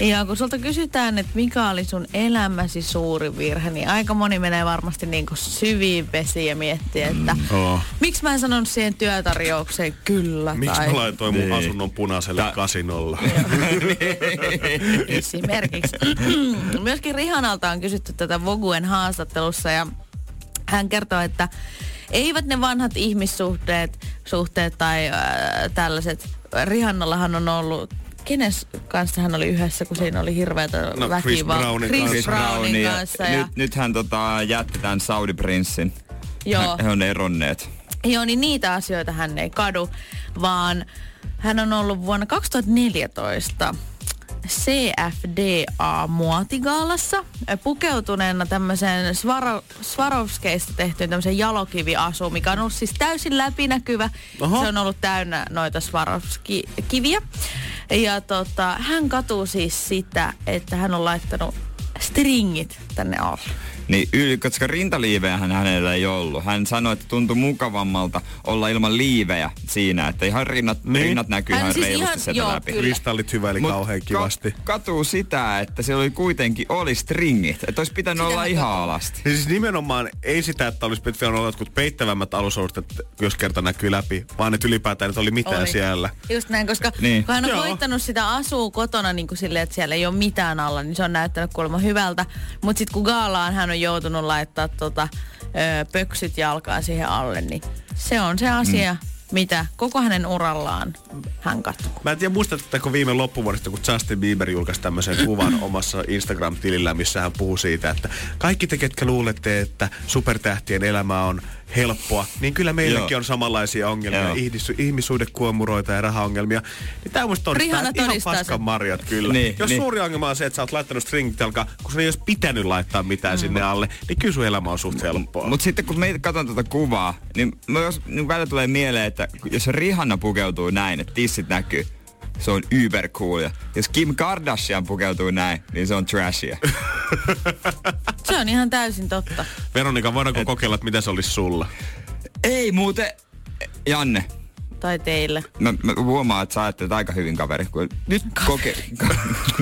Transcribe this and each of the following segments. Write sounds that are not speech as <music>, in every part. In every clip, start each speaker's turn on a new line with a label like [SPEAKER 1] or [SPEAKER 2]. [SPEAKER 1] Ja kun sulta kysytään, että mikä oli sun elämäsi suuri virhe, niin aika moni menee varmasti niin kuin syviin pesiin ja miettii, että mm,
[SPEAKER 2] oo.
[SPEAKER 1] miksi mä en sanonut siihen työtarjoukseen kyllä
[SPEAKER 3] Miksi
[SPEAKER 1] tai
[SPEAKER 3] mä laitoin
[SPEAKER 2] Niin.
[SPEAKER 3] mun asunnon punaiselle kasinolla? <laughs>
[SPEAKER 1] esimerkiksi. Myöskin Rihanalta on kysytty tätä Voguen haastattelussa ja hän kertoo, että eivät ne vanhat ihmissuhteet suhteet tai äh, tällaiset. Rihannallahan on ollut Kenen kanssa hän oli yhdessä, kun siinä oli hirveätä
[SPEAKER 3] No, Chris
[SPEAKER 1] väkivaltaa?
[SPEAKER 3] Brownin
[SPEAKER 1] Chris
[SPEAKER 2] Siis
[SPEAKER 3] kanssa.
[SPEAKER 1] Brownin kanssa. Ja,
[SPEAKER 2] Nyt, nythän tota, jätti tämän Saudi-prinssin. <laughs>
[SPEAKER 1] Joo.
[SPEAKER 2] He, he on eronneet.
[SPEAKER 1] Joo, niin niitä asioita hän ei kadu, vaan hän on ollut vuonna 2014 CFDA-muotigaalassa ö, pukeutuneena tämmöiseen Svaro, Swarovskeista tehtyyn tämmöiseen jalokiviasuun, mikä on ollut siis täysin läpinäkyvä.
[SPEAKER 3] Oho.
[SPEAKER 1] Se on ollut täynnä noita Swarovski-kiviä. Ja tota, hän katuu siis sitä, että hän on laittanut stringit tänne alle.
[SPEAKER 2] Niin, yli, koska rintaliivejähän hänellä ei ollut. Hän sanoi, että tuntui mukavammalta olla ilman liivejä siinä, että ihan rinnat, niin. rinnat näkyy
[SPEAKER 1] Hän
[SPEAKER 2] ihan
[SPEAKER 1] siis
[SPEAKER 2] reilusti
[SPEAKER 1] ihan-
[SPEAKER 2] sieltä
[SPEAKER 1] joo,
[SPEAKER 2] läpi.
[SPEAKER 1] kyllä.
[SPEAKER 3] Kristallit hyväili
[SPEAKER 2] Mut
[SPEAKER 3] kauhean
[SPEAKER 2] ka-
[SPEAKER 3] kivasti.
[SPEAKER 2] katuu sitä, että siellä oli kuitenkin oli stringit. Että olisi pitänyt olla ihan alasti.
[SPEAKER 3] Niin siis nimenomaan ei sitä, että olisi pitänyt olla jotkut peittävämmät alusolukset, jos kerta näkyy läpi, vaan että ylipäätään, että oli mitään
[SPEAKER 1] Oli.
[SPEAKER 3] siellä.
[SPEAKER 1] Just näin, koska
[SPEAKER 2] Niin.
[SPEAKER 1] niin. kun hän on
[SPEAKER 3] Joo.
[SPEAKER 1] koittanut sitä asuu kotona niin kuin silleen, että siellä ei ole mitään alla, niin se on näyttänyt kuulemma hyvältä. Mutta sitten kun gaalaan hän on joutunut laittaa tota, ö, pöksyt jalkaan siihen alle, niin se on se asia, mm. mitä koko hänen urallaan hän katsoo.
[SPEAKER 3] Mä en tiedä, muistatteko viime loppuvuodesta, kun Justin Bieber julkaisi tämmöisen
[SPEAKER 2] <clears throat>
[SPEAKER 3] kuvan omassa Instagram-tilillä, missä hän puhuu siitä, että kaikki te, ketkä luulette, että supertähtien elämä on helppoa, niin kyllä meilläkin
[SPEAKER 2] Joo.
[SPEAKER 3] on samanlaisia ongelmia,
[SPEAKER 2] Joo.
[SPEAKER 3] ihmis- ihmissuhdekuomuroita ja rahaongelmia. Niin tämä musta on
[SPEAKER 1] Rihanna
[SPEAKER 3] tää- ihan
[SPEAKER 1] todistaa sen.
[SPEAKER 3] paskan marjat kyllä.
[SPEAKER 2] Niin,
[SPEAKER 3] Jos
[SPEAKER 2] niin.
[SPEAKER 3] suuri ongelma on se, että sä oot laittanut stringit jalkaan, kun sun ei olisi pitänyt laittaa mitään
[SPEAKER 2] Mm.
[SPEAKER 3] sinne alle, niin kyllä sun elämä on suht helppoa.
[SPEAKER 2] Mutta sitten kun me katson tätä kuvaa, niin, mä jos, niin välillä tulee mieleen, että jos Rihanna pukeutuu näin, että tissit näkyy, se on yber cool. Ja jos Kim Kardashian pukeutuu näin, niin se on
[SPEAKER 1] <laughs>
[SPEAKER 2] trashia.
[SPEAKER 1] Se on ihan täysin totta.
[SPEAKER 3] Veronika, voidaanko kokeilla, että mitä se
[SPEAKER 2] <laughs>
[SPEAKER 3] olisi sulla?
[SPEAKER 2] Ei muuten, Janne,
[SPEAKER 1] Tai teille.
[SPEAKER 2] mä, mä huomaan, että sä ajattelet aika hyvin kaveri. Kun nyt koke...
[SPEAKER 1] <laughs>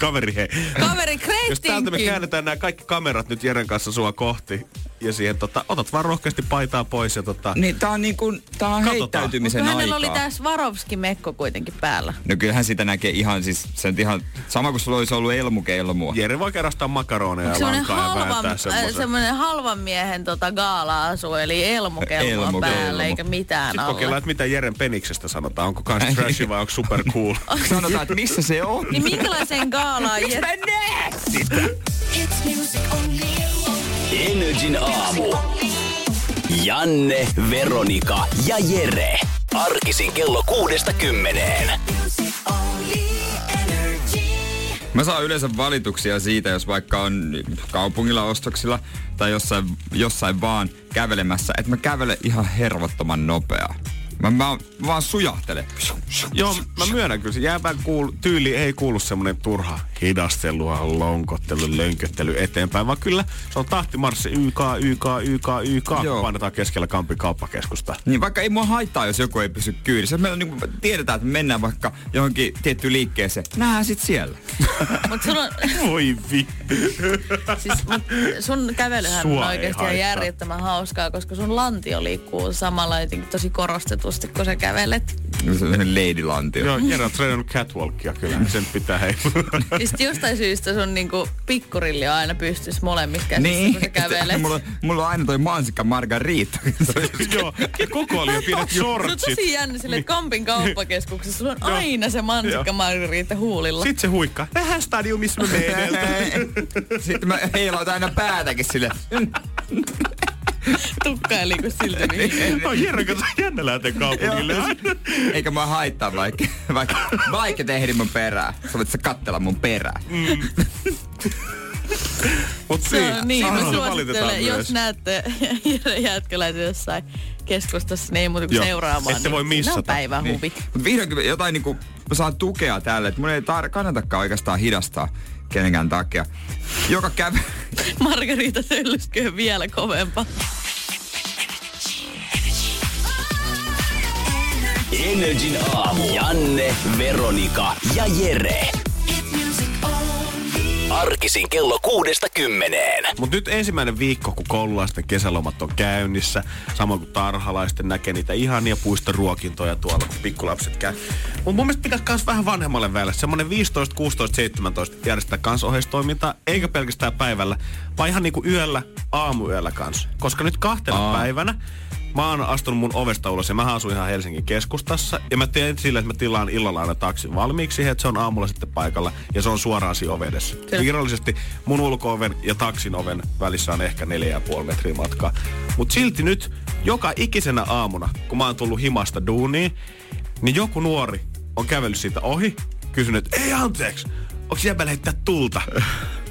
[SPEAKER 3] Kaveri, hei.
[SPEAKER 1] Kaveri
[SPEAKER 3] Jos täältä me
[SPEAKER 1] Kreistinkin!
[SPEAKER 3] käännetään nämä kaikki kamerat nyt Jeren kanssa sua kohti ja siihen tota, otat vaan rohkeasti paitaa pois ja tota,
[SPEAKER 2] niin tää on niinku, tää on
[SPEAKER 3] Katsotaan.
[SPEAKER 1] Mutta
[SPEAKER 2] heittäytymisen
[SPEAKER 1] hänellä
[SPEAKER 2] aikaa.
[SPEAKER 1] oli tämä Swarovski-mekko kuitenkin päällä.
[SPEAKER 2] No kyllähän sitä näkee ihan siis, se on ihan sama kuin sulla olisi ollut elmukelmua.
[SPEAKER 3] Jere voi kerrastaa makaroneja ja
[SPEAKER 1] Semmoinen
[SPEAKER 3] lankaa ja
[SPEAKER 1] halvan,
[SPEAKER 3] vääntää
[SPEAKER 1] äh,
[SPEAKER 3] semmoisen.
[SPEAKER 1] semmoinen halvan miehen tota, gaala-asu, eli elmukelma
[SPEAKER 2] Elmukelma.
[SPEAKER 1] päällä, eikä mitään
[SPEAKER 3] Sitten
[SPEAKER 1] alle.
[SPEAKER 3] kokeillaan, että mitä Jeren peniksestä sanotaan. Onko kans trashi vai onko super cool?
[SPEAKER 2] Sanotaan, että missä se on.
[SPEAKER 1] Niin minkälaiseen
[SPEAKER 3] <laughs>
[SPEAKER 1] gaalaan Jes-
[SPEAKER 4] Energin aamu. Janne, Veronika ja Jere. Arkisin kello kuudesta kymmeneen.
[SPEAKER 2] Mä saan yleensä valituksia siitä, jos vaikka on kaupungilla ostoksilla tai jossain, jossain vaan kävelemässä, että mä kävelen ihan hervottoman nopeaa. Mä, mä vaan sujahtelen.
[SPEAKER 3] Joo, mä myönnän kyllä. Se jäävän kuul- tyyli ei kuulu semmoinen turha hidastelua, lonkottelu, lönköttely eteenpäin, vaan kyllä se on tahtimarssi YK, YK, YK, YK, kun
[SPEAKER 2] Joo.
[SPEAKER 3] painetaan keskellä Kampin kauppakeskusta.
[SPEAKER 2] Niin vaikka ei mua haittaa, jos joku ei pysy kyydissä. Me niin tiedetään, että me mennään vaikka johonkin tiettyyn liikkeeseen. Nähdään sit siellä.
[SPEAKER 1] Mut sun, on,
[SPEAKER 3] Voi vi.
[SPEAKER 1] siis, mut sun kävelyhän
[SPEAKER 3] Sua
[SPEAKER 1] on
[SPEAKER 3] ei
[SPEAKER 1] oikeasti ihan
[SPEAKER 3] haittaa.
[SPEAKER 1] järjettömän hauskaa, koska sun lantio liikkuu samalla jotenkin tosi korostetusti, kun sä kävelet.
[SPEAKER 2] Sellainen leidilantio.
[SPEAKER 3] Joo, Jere on treenannut catwalkia kyllä. Sen pitää hei. <laughs>
[SPEAKER 1] Siis jostain syystä sun niinku, pikkurilli on aina pystys molemmissa käsissä,
[SPEAKER 2] Niin,
[SPEAKER 1] kun sä
[SPEAKER 3] <laughs>
[SPEAKER 2] että
[SPEAKER 1] kävelet.
[SPEAKER 2] mulla, mulla on aina toi mansikka margarita.
[SPEAKER 3] Joo, ja koko oli jo pienet
[SPEAKER 1] Se on
[SPEAKER 3] shortsit. Niin.
[SPEAKER 1] tosi jännä sille, että Kampin kauppakeskuksessa sulla on aina se mansikka
[SPEAKER 3] Joo.
[SPEAKER 1] margarita huulilla.
[SPEAKER 3] Sitten se huikka. Tähän stadiumissa me meidät.
[SPEAKER 2] <laughs> Sitten mä heilautan aina päätäkin sille.
[SPEAKER 1] Tukka ei liiku
[SPEAKER 3] <laughs>
[SPEAKER 1] silti niin.
[SPEAKER 3] No Jere, kato jännä lähtee kaupungille.
[SPEAKER 2] Eikä mä haittaa vaikka, vaikka, vaikka tehdi mun perää. Sä voit sä kattella mun perää.
[SPEAKER 3] Mut
[SPEAKER 1] Se
[SPEAKER 3] siinä.
[SPEAKER 1] on niin, mä
[SPEAKER 3] Saaralla valitetaan
[SPEAKER 1] suosittelen, jos
[SPEAKER 3] myös.
[SPEAKER 1] näette <laughs> Jere Jääskeläisen jossain keskustassa, niin ei muuta kuin
[SPEAKER 3] Joo.
[SPEAKER 1] seuraamaan.
[SPEAKER 3] Ette voi
[SPEAKER 1] niin
[SPEAKER 3] missata.
[SPEAKER 1] Ne on päivän
[SPEAKER 2] Niin.
[SPEAKER 1] huvi. <laughs>
[SPEAKER 2] Mut vihdoinkin jotain niinku, mä saan tukea tälle, että mun ei tar- kannatakaan oikeastaan hidastaa kenenkään takia. Joka käve...
[SPEAKER 1] Margarita Sölliskyö vielä kovempaa.
[SPEAKER 4] Energin aamu. Janne, Veronika ja Jere. Arkisin kello kuudesta kymmeneen.
[SPEAKER 3] Mutta nyt ensimmäinen viikko, kun koululaisten kesälomat on käynnissä, samoin kuin tarhalaisten näkee niitä ihania puistoruokintoja tuolla, kun pikkulapset käy. Mut mun mielestä pitäisi myös vähän vanhemmalle väelle, semmonen 15, 16, 17 järjestää kans oheistoimintaa, eikä pelkästään päivällä, vaan ihan niinku yöllä, aamuyöllä kanssa. Koska nyt kahtena
[SPEAKER 2] Aa.
[SPEAKER 3] päivänä Mä oon astunut mun ovesta ulos ja mä asun ihan Helsingin keskustassa. Ja mä teen sillä, että mä tilaan illalla aina taksin valmiiksi siihen, että se on aamulla sitten paikalla. Ja se on suoraan siinä oven edessä.
[SPEAKER 1] Kyllä.
[SPEAKER 3] Virallisesti mun ulkooven ja taksin oven välissä on ehkä 4,5 metriä matkaa. Mut silti nyt joka ikisenä aamuna, kun mä oon tullut himasta duuniin, niin joku nuori on kävellyt siitä ohi, kysynyt, että ei anteeksi, onko jäbä heittää tulta?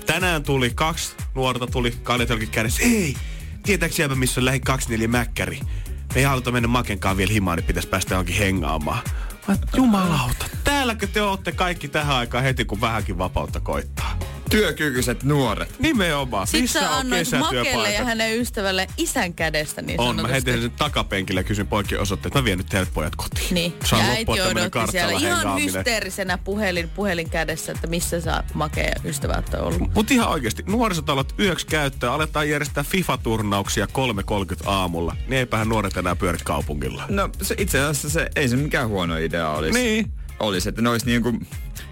[SPEAKER 3] Tänään tuli kaksi nuorta, tuli kaljatelkin kädessä, ei, tietääks jäbä missä on lähi 24 mäkkäri? Me ei haluta mennä makenkaan vielä himaan, niin pitäisi päästä johonkin hengaamaan. Mä, oon, jumalauta, täälläkö te ootte kaikki tähän aikaan heti, kun vähänkin vapautta koittaa?
[SPEAKER 2] <laughs> Työkykyiset nuoret.
[SPEAKER 3] Nimenomaan.
[SPEAKER 1] Sitten
[SPEAKER 3] Missä
[SPEAKER 1] sä
[SPEAKER 3] on
[SPEAKER 1] annoit Makelle ja
[SPEAKER 3] kesätyöpaikat?
[SPEAKER 1] hänen ystävälle isän kädestä niin
[SPEAKER 3] On, mä
[SPEAKER 1] sanotusti.
[SPEAKER 3] heti sen takapenkillä ja kysyn poikien osoitteet. Mä vien nyt teidät pojat kotiin.
[SPEAKER 1] Niin.
[SPEAKER 3] Saa
[SPEAKER 1] ja
[SPEAKER 3] loppua
[SPEAKER 1] äiti
[SPEAKER 3] tämmönen
[SPEAKER 1] odotti siellä
[SPEAKER 3] kartalla
[SPEAKER 1] ihan
[SPEAKER 3] hengaaminen.
[SPEAKER 1] hysteerisenä puhelin, puhelin kädessä, että missä saa makea ja ystävät on ollut.
[SPEAKER 3] Mut ihan oikeesti, nuorisotalot yöksi käyttöön, aletaan järjestää FIFA-turnauksia 3.30 aamulla. Niin eipähän nuoret enää pyöri kaupungilla.
[SPEAKER 2] No se, itse asiassa se, ei se mikään huono idea olisi.
[SPEAKER 3] Niin.
[SPEAKER 2] Olisi, että ne olisi niinku,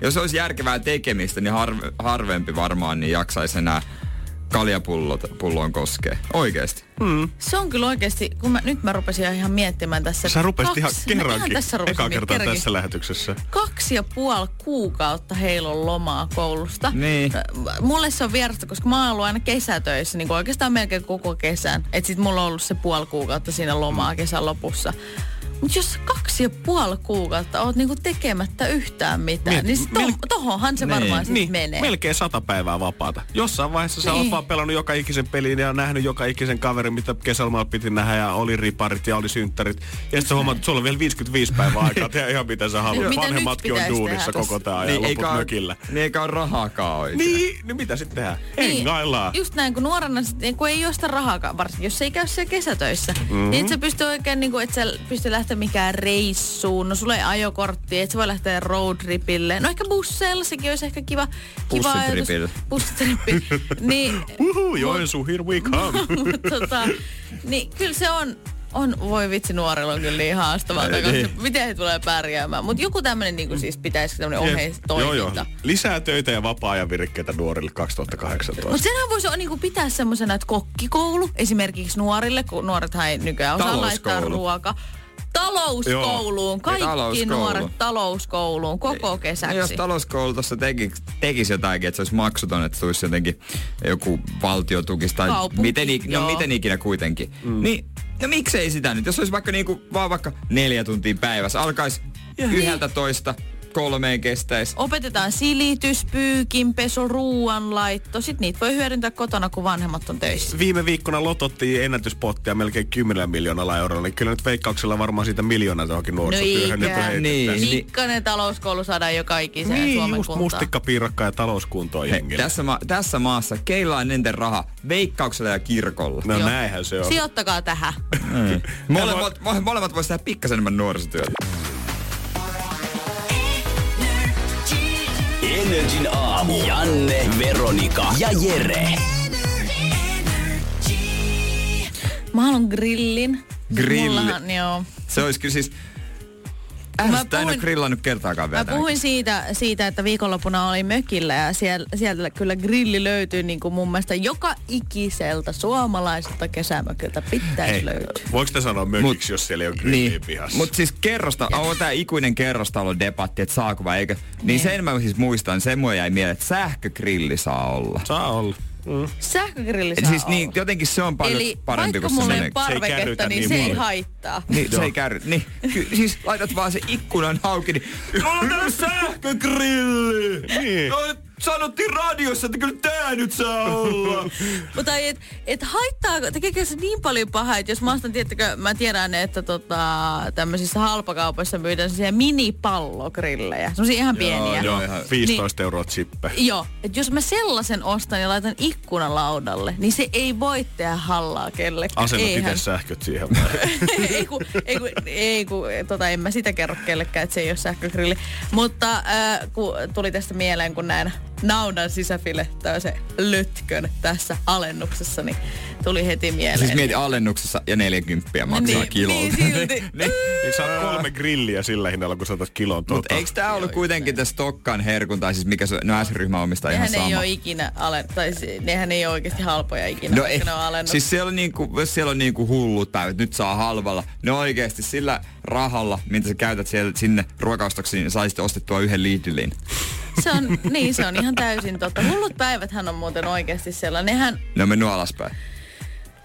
[SPEAKER 2] jos olisi järkevää tekemistä, niin harve, harvempi varmaan niin jaksaisi enää kaljapulloon koskee. Oikeesti.
[SPEAKER 1] Se on kyllä oikeasti, kun mä, nyt mä rupesin ihan miettimään tässä.
[SPEAKER 3] Sä rupesit
[SPEAKER 1] kaksi-
[SPEAKER 3] ihan
[SPEAKER 1] Mä
[SPEAKER 3] kerrankin,
[SPEAKER 1] ihan tässä rupesin
[SPEAKER 3] eka kertaa
[SPEAKER 1] kerrankin.
[SPEAKER 3] tässä lähetyksessä.
[SPEAKER 1] Kaksi ja puoli kuukautta heillä on lomaa koulusta.
[SPEAKER 2] Niin.
[SPEAKER 1] M- Mulle se on vierasta, koska mä oon ollut aina kesätöissä, niin kuin oikeastaan melkein koko kesän. Et sit mulla on ollut se puoli kuukautta siinä lomaa kesän lopussa. Mut jos sä kaksi ja puoli kuukautta oot niinku tekemättä yhtään mitään,
[SPEAKER 3] Mieti,
[SPEAKER 1] niin sit to,
[SPEAKER 3] mel-
[SPEAKER 1] tohonhan se
[SPEAKER 2] Niin.
[SPEAKER 1] varmaan sit
[SPEAKER 3] niin,
[SPEAKER 1] menee.
[SPEAKER 3] melkein sata päivää vapaata. Jossain vaiheessa sä oot
[SPEAKER 1] Niin.
[SPEAKER 3] vaan pelannut joka ikisen pelin ja nähnyt joka ikisen kaverin, mitä kesälomalla piti nähdä ja oli riparit ja oli synttärit. Ja sitten sä huomaat, että sulla on vielä 55 päivää aikaa tehdä ihan mitä sä haluat.
[SPEAKER 1] Niin. Mitä nyt
[SPEAKER 3] Vanhemmatkin on
[SPEAKER 1] pitäisi
[SPEAKER 3] duunissa
[SPEAKER 1] tehdä
[SPEAKER 3] koko
[SPEAKER 1] tossa?
[SPEAKER 3] tää ajan niin, loput
[SPEAKER 2] oo-
[SPEAKER 3] mökillä.
[SPEAKER 2] niin eikä ole rahaakaan oikein.
[SPEAKER 3] Niin, niin mitä sitten tehdään?
[SPEAKER 1] Niin,
[SPEAKER 3] Hengaillaan.
[SPEAKER 1] Just näin, kun nuorena sit, niin kun ei ole sitä rahaakaan, varsinkin jos ei käy siellä kesätöissä. Mm-hmm. Niin et sä pysty oikein, niin kun, et sä pysty lähteä mikään reissuun, no sulla ei ajokorttia, et sä voi lähteä roadtripille. No ehkä busseilla, sekin olisi ehkä kiva, kiva ajatus.
[SPEAKER 2] Bussitripillä.
[SPEAKER 1] Bussitrippi.
[SPEAKER 3] <laughs>
[SPEAKER 1] niin, <laughs>
[SPEAKER 3] Uhu, Joensuu, here we come.
[SPEAKER 1] mut tota, niin kyllä se on, on, voi vitsi, nuorilla on kyllä niin haastavaa, koska
[SPEAKER 3] niin.
[SPEAKER 1] miten he tulee pärjäämään. Mutta joku tämmöinen niin siis pitäisi tämmöinen
[SPEAKER 3] Joo, joo.
[SPEAKER 1] oheistoiminta.
[SPEAKER 3] Lisää töitä ja vapaa-ajan virkkeitä nuorille 2018.
[SPEAKER 1] Mutta senhän voisi niinku pitää semmoisena, että kokkikoulu esimerkiksi nuorille, kun nuorethan ei nykyään osaa
[SPEAKER 2] Talouskoulu.
[SPEAKER 1] laittaa ruoka. Talouskouluun, kaikki
[SPEAKER 2] talouskoulu.
[SPEAKER 1] nuoret talouskouluun koko
[SPEAKER 3] Niin.
[SPEAKER 2] No jos
[SPEAKER 1] kesäksi.
[SPEAKER 2] talouskoulu tuossa tekisi, tekisi jotakin, että se olisi maksuton, että se olisi jotenkin joku valtiotukis tai
[SPEAKER 1] Kaupunki,
[SPEAKER 2] miten, ik- no,
[SPEAKER 1] joo.
[SPEAKER 2] miten ikinä kuitenkin. Mm. Niin, no miksei sitä nyt? Jos olisi vaikka niinku, vaan vaikka neljä tuntia päivässä, alkaisi yhdeltä toista kolmeen kestäisi.
[SPEAKER 1] Opetetaan silitys, pyykinpesu, ruoanlaitto. Sitten niitä voi hyödyntää kotona, kun vanhemmat on töissä.
[SPEAKER 3] Viime viikkona lotottiin ennätyspottia melkein 10 miljoonalla eurolla, niin kyllä nyt veikkauksella varmaan siitä miljoonaa johonkin
[SPEAKER 1] No
[SPEAKER 3] nuorisotyöhön. nyt on
[SPEAKER 1] ikään.
[SPEAKER 3] heitetty.
[SPEAKER 2] Niin.
[SPEAKER 1] Mikkonen talouskoulu saadaan joka ikiseen
[SPEAKER 3] niin
[SPEAKER 1] Suomen
[SPEAKER 3] just
[SPEAKER 1] kuntaan.
[SPEAKER 3] mustikkapiirakka ja talouskuntoa
[SPEAKER 2] Hei,
[SPEAKER 3] jengillä.
[SPEAKER 2] tässä, ma- tässä maassa keillaan eniten raha veikkauksella ja kirkolla.
[SPEAKER 3] No
[SPEAKER 1] Joo.
[SPEAKER 3] näinhän se on.
[SPEAKER 1] Sijoittakaa tähän.
[SPEAKER 2] Molemmat, mo- molemmat voisi tehdä pikkasen enemmän nuorisotyötä.
[SPEAKER 4] Energin aamu. Janne, Veronika ja Jere.
[SPEAKER 1] Mä haluan grillin.
[SPEAKER 2] Grilli.
[SPEAKER 1] Mullahan, joo.
[SPEAKER 2] Se olisi kyllä siis...
[SPEAKER 1] Mä
[SPEAKER 2] Äh, sitä en ole
[SPEAKER 1] puhuin-
[SPEAKER 2] grillannut kertaakaan vielä
[SPEAKER 1] Mä puhuin siitä, siitä, että viikonloppuna oli mökillä ja siellä, sieltä kyllä grilli löytyy niin kuin mun mielestä joka ikiseltä suomalaiselta kesämökiltä pitäisi
[SPEAKER 3] Hei,
[SPEAKER 1] löytyä.
[SPEAKER 3] voiko te sanoa mökiksi, jos siellä ei ole grilliä
[SPEAKER 2] Niin,
[SPEAKER 3] pihassa?
[SPEAKER 2] mutta siis kerrosta, on tämä ikuinen kerrostalon debatti, että saako vai eikö. Niin, niin sen mä siis muistan, sen mua jäi mieleen, että sähkögrilli saa olla.
[SPEAKER 3] Saa olla.
[SPEAKER 1] Sähkögrilli
[SPEAKER 2] Et
[SPEAKER 1] saa
[SPEAKER 2] siis niin,
[SPEAKER 1] olla.
[SPEAKER 2] jotenkin se on paljon
[SPEAKER 1] Eli
[SPEAKER 2] parempi
[SPEAKER 1] vaikka
[SPEAKER 2] kuin se
[SPEAKER 1] mulla ei
[SPEAKER 2] menee.
[SPEAKER 3] ei
[SPEAKER 1] parveketta,
[SPEAKER 3] kärrytä
[SPEAKER 1] niin,
[SPEAKER 3] niin
[SPEAKER 1] se ei
[SPEAKER 3] paljon.
[SPEAKER 1] haittaa.
[SPEAKER 2] Niin, se ei kärry. Niin, ky, siis laitat vaan se ikkunan auki, niin mulla on täällä sähkögrilli!
[SPEAKER 3] Niin.
[SPEAKER 2] No, sanottiin radiossa, että kyllä tää nyt saa olla.
[SPEAKER 1] <laughs> Mutta ei, et, et haittaako, tekeekö se niin paljon pahaa, että jos mä ostan, tiettäkö, mä tiedän, että tota, tämmöisissä halpakaupoissa myydään sellaisia minipallogrillejä. Semmoisia ihan pieniä.
[SPEAKER 2] joo.
[SPEAKER 3] Joo, ihan 15 niin. euroa chippe.
[SPEAKER 1] Joo, että jos mä sellaisen ostan ja laitan ikkunalaudalle, niin se ei voi tehdä hallaa kellekään.
[SPEAKER 3] Asennut
[SPEAKER 1] Eihän.
[SPEAKER 3] itse sähköt siihen vai?
[SPEAKER 1] <laughs> ei kun, ei kun, ei kun, tota, en mä sitä kerro kellekään, että se ei ole sähkögrilli. Mutta äh, kun tuli tästä mieleen, kun näin naudan sisäfilettä on se lötkön tässä alennuksessa, niin tuli heti mieleen.
[SPEAKER 2] Siis mieti alennuksessa ja 40 maksaa
[SPEAKER 1] Niin,
[SPEAKER 2] kilolta.
[SPEAKER 1] niin silti.
[SPEAKER 2] <laughs> niin.
[SPEAKER 3] Niin saa kolme grilliä sillä hinnalla, kun saatat kilon
[SPEAKER 2] Mut
[SPEAKER 3] tuota.
[SPEAKER 2] eikö tää ollut kuitenkin tässä Tokkan herkun, tai siis mikä se, no S-ryhmä omistaa ihan
[SPEAKER 1] Nehän ei
[SPEAKER 2] sama.
[SPEAKER 1] ole ikinä, ale, tai si- nehän ei ole oikeasti halpoja ikinä,
[SPEAKER 2] No
[SPEAKER 1] koska
[SPEAKER 2] ei,
[SPEAKER 1] ne on alennuksia.
[SPEAKER 2] siis siellä on niinku, siellä on niinku hullut päivät, nyt saa halvalla. No oikeesti sillä rahalla, mitä sä käytät siellä, sinne ruokaostoksiin, niin saisit ostettua yhden liidilin.
[SPEAKER 1] Se on, niin, se on ihan täysin totta. Hullut päiväthän on muuten oikeasti sellainen. Nehän,
[SPEAKER 2] Ne on mennyt alaspäin.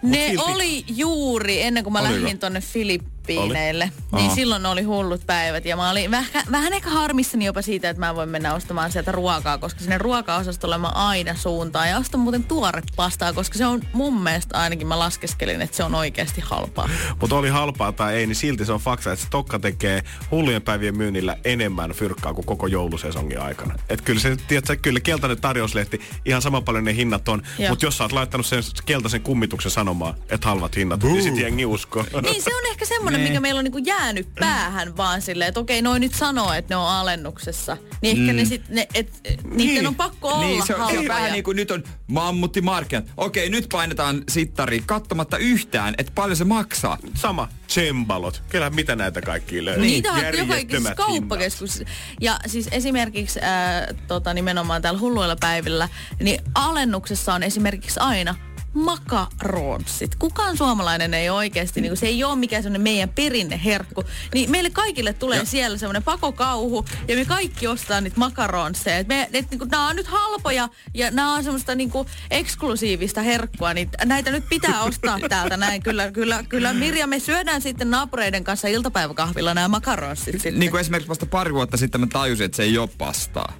[SPEAKER 1] Ne
[SPEAKER 3] silti-
[SPEAKER 1] oli juuri ennen kuin mä
[SPEAKER 2] Oliko?
[SPEAKER 1] lähdin tonne Filippiineille, niin
[SPEAKER 2] Aha.
[SPEAKER 1] silloin oli hullut päivät. Ja mä olin vähän, vähän ehkä harmissani jopa siitä, että mä voin mennä ostamaan sieltä ruokaa, koska sinne ruokaosastolle mä aina suuntaan. Ja ostan muuten tuorepastaa, koska se on mun mielestä ainakin mä laskeskelin, että se on oikeasti halpaa.
[SPEAKER 3] Mutta oli halpaa tai ei, niin silti se on fakta, että se tokka tekee hullujen päivien myynnillä enemmän fyrkkaa kuin koko joulusesongin aikana. Et kyllä se, tiedätkö, kyllä keltainen tarjouslehti, ihan sama paljon ne hinnat on,
[SPEAKER 1] Joo.
[SPEAKER 3] mutta jos sä oot laittanut sen keltaisen kummituksen sanomaan, että halvat hinnat, Boo. niin sit jengi uskoo.
[SPEAKER 1] Niin se on ehkä semmoinen, mikä meillä on niinku jäänyt päähän vaan silleen, että okei, noin nyt sanoo, että ne on alennuksessa. Niin ehkä mm. ne sit, ne, et, niiden
[SPEAKER 3] Niin.
[SPEAKER 1] on pakko olla
[SPEAKER 2] niin, se on, se on
[SPEAKER 1] halpoja.
[SPEAKER 2] vähän niin kuin nyt on mammuttimarkkinat. Okei, nyt painetaan sittari kattomatta yhtään, että paljon se maksaa.
[SPEAKER 3] Sama, tsembalot. Kyllä mitä näitä kaikki löytyy.
[SPEAKER 1] Niitä on siis joka
[SPEAKER 3] niin, Järjettömät
[SPEAKER 1] ikisessä
[SPEAKER 3] hinnat. <laughs>
[SPEAKER 1] kauppakeskuksessa. Ja siis esimerkiksi ää, tota, nimenomaan täällä hulluilla päivillä, niin alennuksessa on esimerkiksi aina makaronsit. Kukaan suomalainen ei oikeasti, niin se ei ole mikään semmoinen meidän perinneherkku. Niin meille kaikille tulee
[SPEAKER 2] Ja-
[SPEAKER 1] siellä semmoinen pakokauhu ja me kaikki ostaa niitä makaronseja. Et me, et, niin nämä on nyt halpoja ja nämä on semmoista niin eksklusiivista herkkua, niin näitä nyt pitää ostaa täältä näin. Kyllä, kyllä, kyllä Mirja, me syödään sitten naapureiden kanssa iltapäiväkahvilla nämä makaronsit sitten.
[SPEAKER 2] Niin kuin esimerkiksi vasta pari vuotta sitten mä tajusin, että se ei ole pastaa.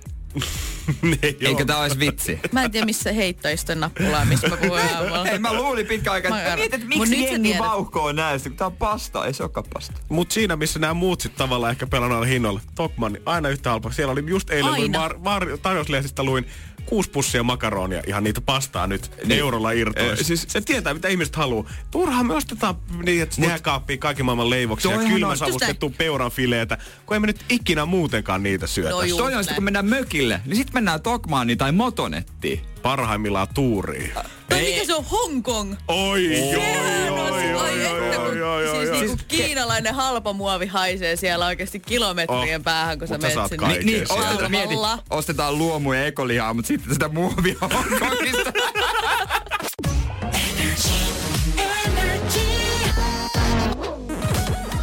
[SPEAKER 3] Niin, joo.
[SPEAKER 2] Eikö tää olisi
[SPEAKER 1] <laughs>
[SPEAKER 2] vitsi?
[SPEAKER 1] Mä en tiedä, missä heittoisten nappulaa, on, missä mä puhuin aamulla.
[SPEAKER 2] Ei, mä luulin pitkään aikaa,
[SPEAKER 1] Mä
[SPEAKER 2] että mietit, että
[SPEAKER 1] Mut nyt
[SPEAKER 2] miksi
[SPEAKER 1] sä
[SPEAKER 2] jengi
[SPEAKER 1] tiedät.
[SPEAKER 2] vauhkoo näistä, kun tää on pastaa, ei se olekaan pastaa.
[SPEAKER 3] Mut siinä, missä nämä muut sit tavallaan ehkä pelaa noilla hinnoilla. Tokman, aina yhtä halpa. Siellä oli just eilen, luin
[SPEAKER 1] Aina.
[SPEAKER 3] mar, mar, tarjouslehdistä luin kuusi pussia makaronia. Ihan niitä pastaa nyt niin. eurolla irtois.
[SPEAKER 2] Ö, siis-
[SPEAKER 3] siis, se tietää, mitä ihmiset haluaa. Turhaan me ostetaan niin, että jääkaappiin kaiken maailman leivoksia,
[SPEAKER 2] Toihan on-
[SPEAKER 3] kylmäsavustettu peuranfileitä, kun emme nyt ikinä muutenkaan niitä syötä.
[SPEAKER 1] No juu. Just
[SPEAKER 2] Toi on sitten,
[SPEAKER 1] näin.
[SPEAKER 2] kun mennään mökille, niin sitten mennään Tokmaaniin tai Niin- Motonettiin.
[SPEAKER 3] Parhaimmillaan tuuriin.
[SPEAKER 1] Tai No, mikä se on Hong Kong?
[SPEAKER 3] Oi,
[SPEAKER 1] Sehän on se-
[SPEAKER 3] oi,
[SPEAKER 1] ai että, kun- siis niinku kiinalainen halpa muovi haisee siellä oikeasti kilometrien
[SPEAKER 3] Oh,
[SPEAKER 1] päähän, kun sä
[SPEAKER 3] mut sä
[SPEAKER 1] menet
[SPEAKER 3] saat
[SPEAKER 1] sinne.
[SPEAKER 3] kaiken
[SPEAKER 2] Niin, niin
[SPEAKER 3] sieltä.
[SPEAKER 2] ostetaan, mieti,
[SPEAKER 1] Halvalla.
[SPEAKER 2] ostetaan luomu ja ekolihaa, mutta sitten sitä muovia Hongkongista.
[SPEAKER 1] <laughs>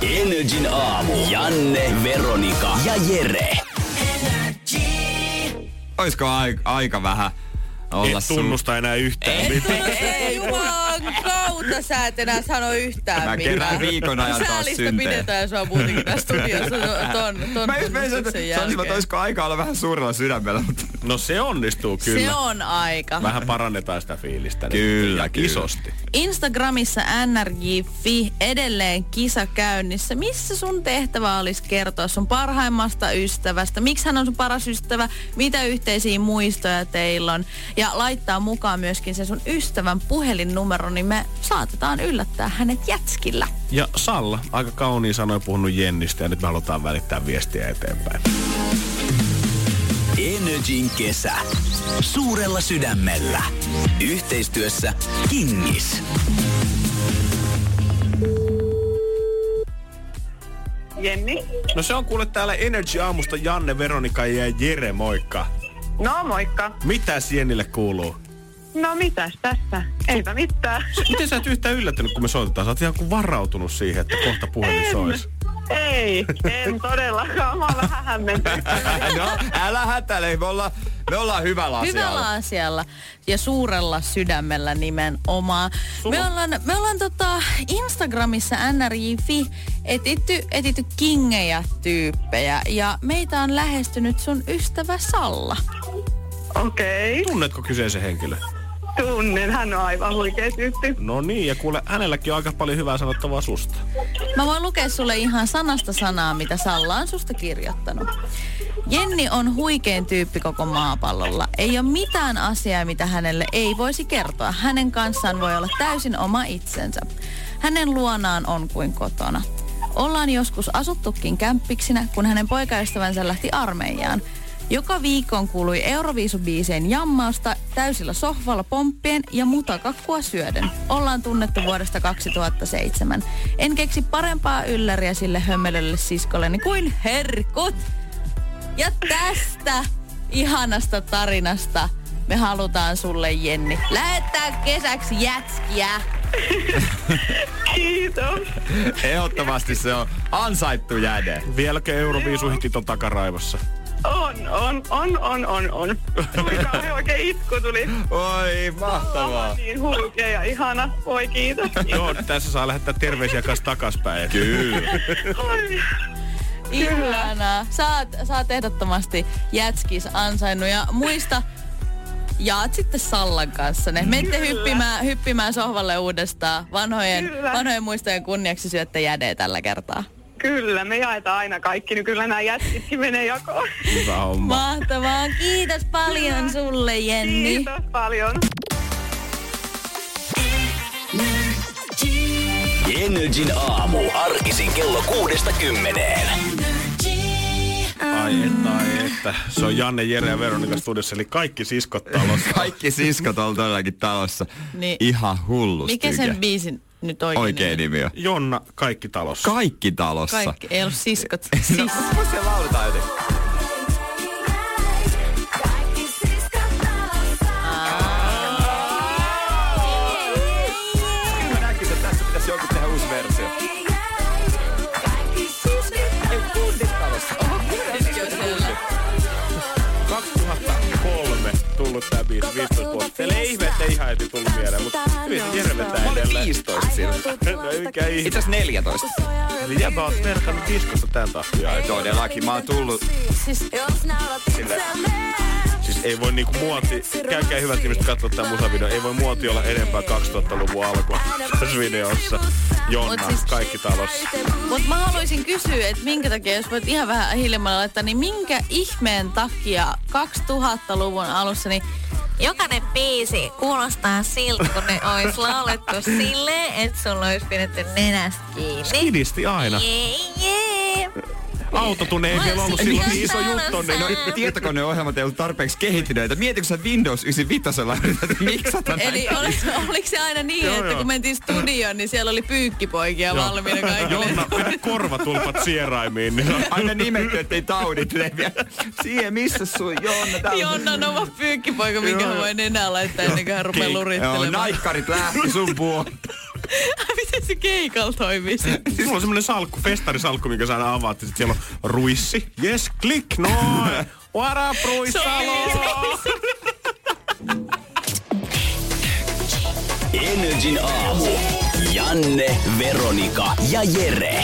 [SPEAKER 4] Energin aamu. Janne, Veronika ja Jere.
[SPEAKER 2] Oisko aika, aika vähän olla
[SPEAKER 3] Et tunnusta enää yhtään mitään.
[SPEAKER 1] Ei jumalan No, kautta sä et enää sano yhtään
[SPEAKER 2] sun- Mä
[SPEAKER 1] mitään.
[SPEAKER 2] kerään viikon ajan taas
[SPEAKER 1] Säälistä
[SPEAKER 2] synteen.
[SPEAKER 1] pidetään sua muutenkin tässä
[SPEAKER 2] <laughs>
[SPEAKER 1] studiossa ton, ton, ton
[SPEAKER 2] Mä just menisin, että
[SPEAKER 1] tunnustuksen
[SPEAKER 2] sanoisin, että
[SPEAKER 1] jälkeen.
[SPEAKER 2] olisiko aika olla vähän suurella sydämellä, mutta
[SPEAKER 3] No se onnistuu kyllä.
[SPEAKER 1] Se on aika.
[SPEAKER 3] Vähän parannetaan sitä fiilistä. nyt.
[SPEAKER 2] Kyllä,
[SPEAKER 3] Ja
[SPEAKER 2] kyllä.
[SPEAKER 3] Isosti.
[SPEAKER 1] Instagramissa nrj.fi edelleen kisa käynnissä. Missä sun tehtävä olisi kertoa sun parhaimmasta ystävästä? Miksi hän on sun paras ystävä? Mitä yhteisiä muistoja teillä on? Ja laittaa mukaan myöskin se sun ystävän puhelinnumero, niin me saatetaan yllättää hänet jätskillä.
[SPEAKER 3] Ja Salla, aika kauniin sanoin puhunut Jennistä ja nyt me halutaan välittää viestiä eteenpäin.
[SPEAKER 4] Energin kesä. Suurella sydämellä. Yhteistyössä Kingis.
[SPEAKER 5] Jenni.
[SPEAKER 3] No se on kuule täällä Energy Aamusta Janne, Veronika ja Jere, moikka.
[SPEAKER 5] No moikka.
[SPEAKER 3] Mitäs Jennille kuuluu?
[SPEAKER 5] No mitäs tässä? Eipä mitään.
[SPEAKER 3] Miten sä et yhtään yllättynyt, kun me soitetaan? Sä oot ihan kuin varautunut siihen, että kohta puhelin <laughs> sois.
[SPEAKER 5] Ei, en todellakaan. Mä oon vähän hämmentynyt.
[SPEAKER 2] no, älä hätäile, me ollaan, me ollaan hyvällä asialla.
[SPEAKER 1] Hyvällä asialla ja suurella sydämellä nimenomaan. Me ollaan, me ollaan tota Instagramissa nrj.fi etitty, etitty kingejä tyyppejä ja meitä on lähestynyt sun ystävä Salla.
[SPEAKER 5] Okei,
[SPEAKER 3] Tunnetko kyseisen henkilön?
[SPEAKER 5] tunnen. Hän on aivan huikea tyyppi.
[SPEAKER 3] No niin, ja kuule, hänelläkin on aika paljon hyvää sanottavaa susta.
[SPEAKER 1] Mä voin lukea sulle ihan sanasta sanaa, mitä Salla on susta kirjoittanut. Jenni on huikein tyyppi koko maapallolla. Ei ole mitään asiaa, mitä hänelle ei voisi kertoa. Hänen kanssaan voi olla täysin oma itsensä. Hänen luonaan on kuin kotona. Ollaan joskus asuttukin kämppiksinä, kun hänen poikaystävänsä lähti armeijaan. Joka viikon kuului Euroviisubiiseen jammausta täysillä sohvalla pomppien ja mutakakkua syöden. Ollaan tunnettu vuodesta 2007. En keksi parempaa ylläriä sille hömmelölle siskolleni kuin herkut. Ja tästä ihanasta tarinasta me halutaan sulle, Jenni. Lähettää kesäksi jätskiä.
[SPEAKER 5] Kiitos.
[SPEAKER 2] Ehdottomasti se on ansaittu jäde.
[SPEAKER 3] Vieläkö Euroviisuhitit on takaraivossa?
[SPEAKER 5] On, on, on, on, on, on. Tuli kauhean oikein itku tuli.
[SPEAKER 2] Oi,
[SPEAKER 5] Lava
[SPEAKER 2] mahtavaa.
[SPEAKER 5] niin huikea ja ihana. Voi kiitos.
[SPEAKER 3] Joo, tässä saa lähettää terveisiä kanssa takaspäin.
[SPEAKER 2] Kyllä.
[SPEAKER 5] Oi.
[SPEAKER 1] Ihanaa. Saat, saat ehdottomasti jätskis ansainnut ja muista, jaat sitten Sallan kanssa ne. Menette hyppimään, hyppimään sohvalle uudestaan. Vanhojen,
[SPEAKER 5] Kyllä.
[SPEAKER 1] vanhojen muistojen kunniaksi syötte jädeä tällä kertaa.
[SPEAKER 5] Kyllä, me jaetaan aina kaikki, niin kyllä nämä jätkitkin menee jakoon.
[SPEAKER 3] Hyvä homma.
[SPEAKER 1] Mahtavaa. Kiitos paljon sulle, Jenni.
[SPEAKER 5] Kiitos paljon.
[SPEAKER 4] Energin aamu. Arkisin kello kuudesta kymmeneen.
[SPEAKER 3] Ai että, ai että. Se on Janne, Jere ja Veronika studiossa, eli kaikki siskot talossa.
[SPEAKER 2] Kaikki siskot on todellakin talossa.
[SPEAKER 1] Niin.
[SPEAKER 2] Ihan hullusti.
[SPEAKER 1] Mikä sen biisin nyt oikein?
[SPEAKER 2] Oikein nimi on.
[SPEAKER 3] Jonna, kaikki talossa.
[SPEAKER 2] Kaikki talossa.
[SPEAKER 1] Kaikki, ei ollut siskot.
[SPEAKER 2] <laughs> No,
[SPEAKER 1] Sis.
[SPEAKER 2] kun se lauletaan jotenkin. Mä näkisin, että tässä pitäisi joku tehdä uusi versio. Ei, kundit talossa. Oho, kyllä, siskot kundit.
[SPEAKER 3] 2003 tullut tää biisi, 15 vuotta. Teille ei ihme, ettei ihan heti tullut mieleen, mutta hyvin se Jere vetää
[SPEAKER 2] Mä olin
[SPEAKER 3] edelleen.
[SPEAKER 2] 15 silloin.
[SPEAKER 3] No ei mikään ihme.
[SPEAKER 2] Itse asiassa 14.
[SPEAKER 3] Eli jäbä oot merkannut diskosta tän tahtia.
[SPEAKER 2] Ai todellakin, mä oon tullut
[SPEAKER 1] Siis,
[SPEAKER 3] Siis ei voi niinku muoti, käykää hyvät ihmiset katsoa tää musavideo, ei voi muoti olla enempää 2000-luvun alkua tässä videossa. Jonna,
[SPEAKER 1] Mut siis-
[SPEAKER 3] kaikki talossa.
[SPEAKER 1] Mutta mä haluaisin kysyä, että minkä takia, jos voit ihan vähän hiljemmällä laittaa, niin minkä ihmeen takia 2000-luvun alussa, niin
[SPEAKER 6] Jokainen biisi kuulostaa siltä, kun ne ois laulettu silleen, että sulla olisi pidetty nenästä kiinni.
[SPEAKER 3] Idisti aina.
[SPEAKER 6] Jee, jee.
[SPEAKER 3] Autotune ei vielä ollut silloin niin iso juttu, niin
[SPEAKER 2] No, tietokoneohjelmat ei ollut tarpeeksi kehittyneitä. Mietitkö sä Windows 95 yrität miksata näin?
[SPEAKER 1] Eli oliko, oliko se aina niin,
[SPEAKER 3] Joo,
[SPEAKER 1] että
[SPEAKER 3] joo.
[SPEAKER 1] kun mentiin studioon, niin siellä oli pyykkipoikia valmiina kaikille?
[SPEAKER 3] Jonna, pidä korvatulpat sieraimiin. Niin on
[SPEAKER 2] Aina nimetty, ettei taudit leviä. Siihen, missä sun Jonna täällä?
[SPEAKER 1] <laughs> Jonna on oma pyykkipoika, minkä hän voi enää laittaa ennen kuin hän rupeaa
[SPEAKER 2] Joo,
[SPEAKER 1] lurittelemaan.
[SPEAKER 2] naikkarit lähti sun puoleen.
[SPEAKER 1] <laughs> Miten se keikalla toimii? sitten?
[SPEAKER 3] Sulla Siis on semmonen salkku, festarisalkku, mikä sä aina avaat, ja sit siellä on ruissi. Yes, click, noin. What up,
[SPEAKER 1] niin-
[SPEAKER 3] ruissalo?
[SPEAKER 4] Energin aamu. Janne, Veronika ja Jere.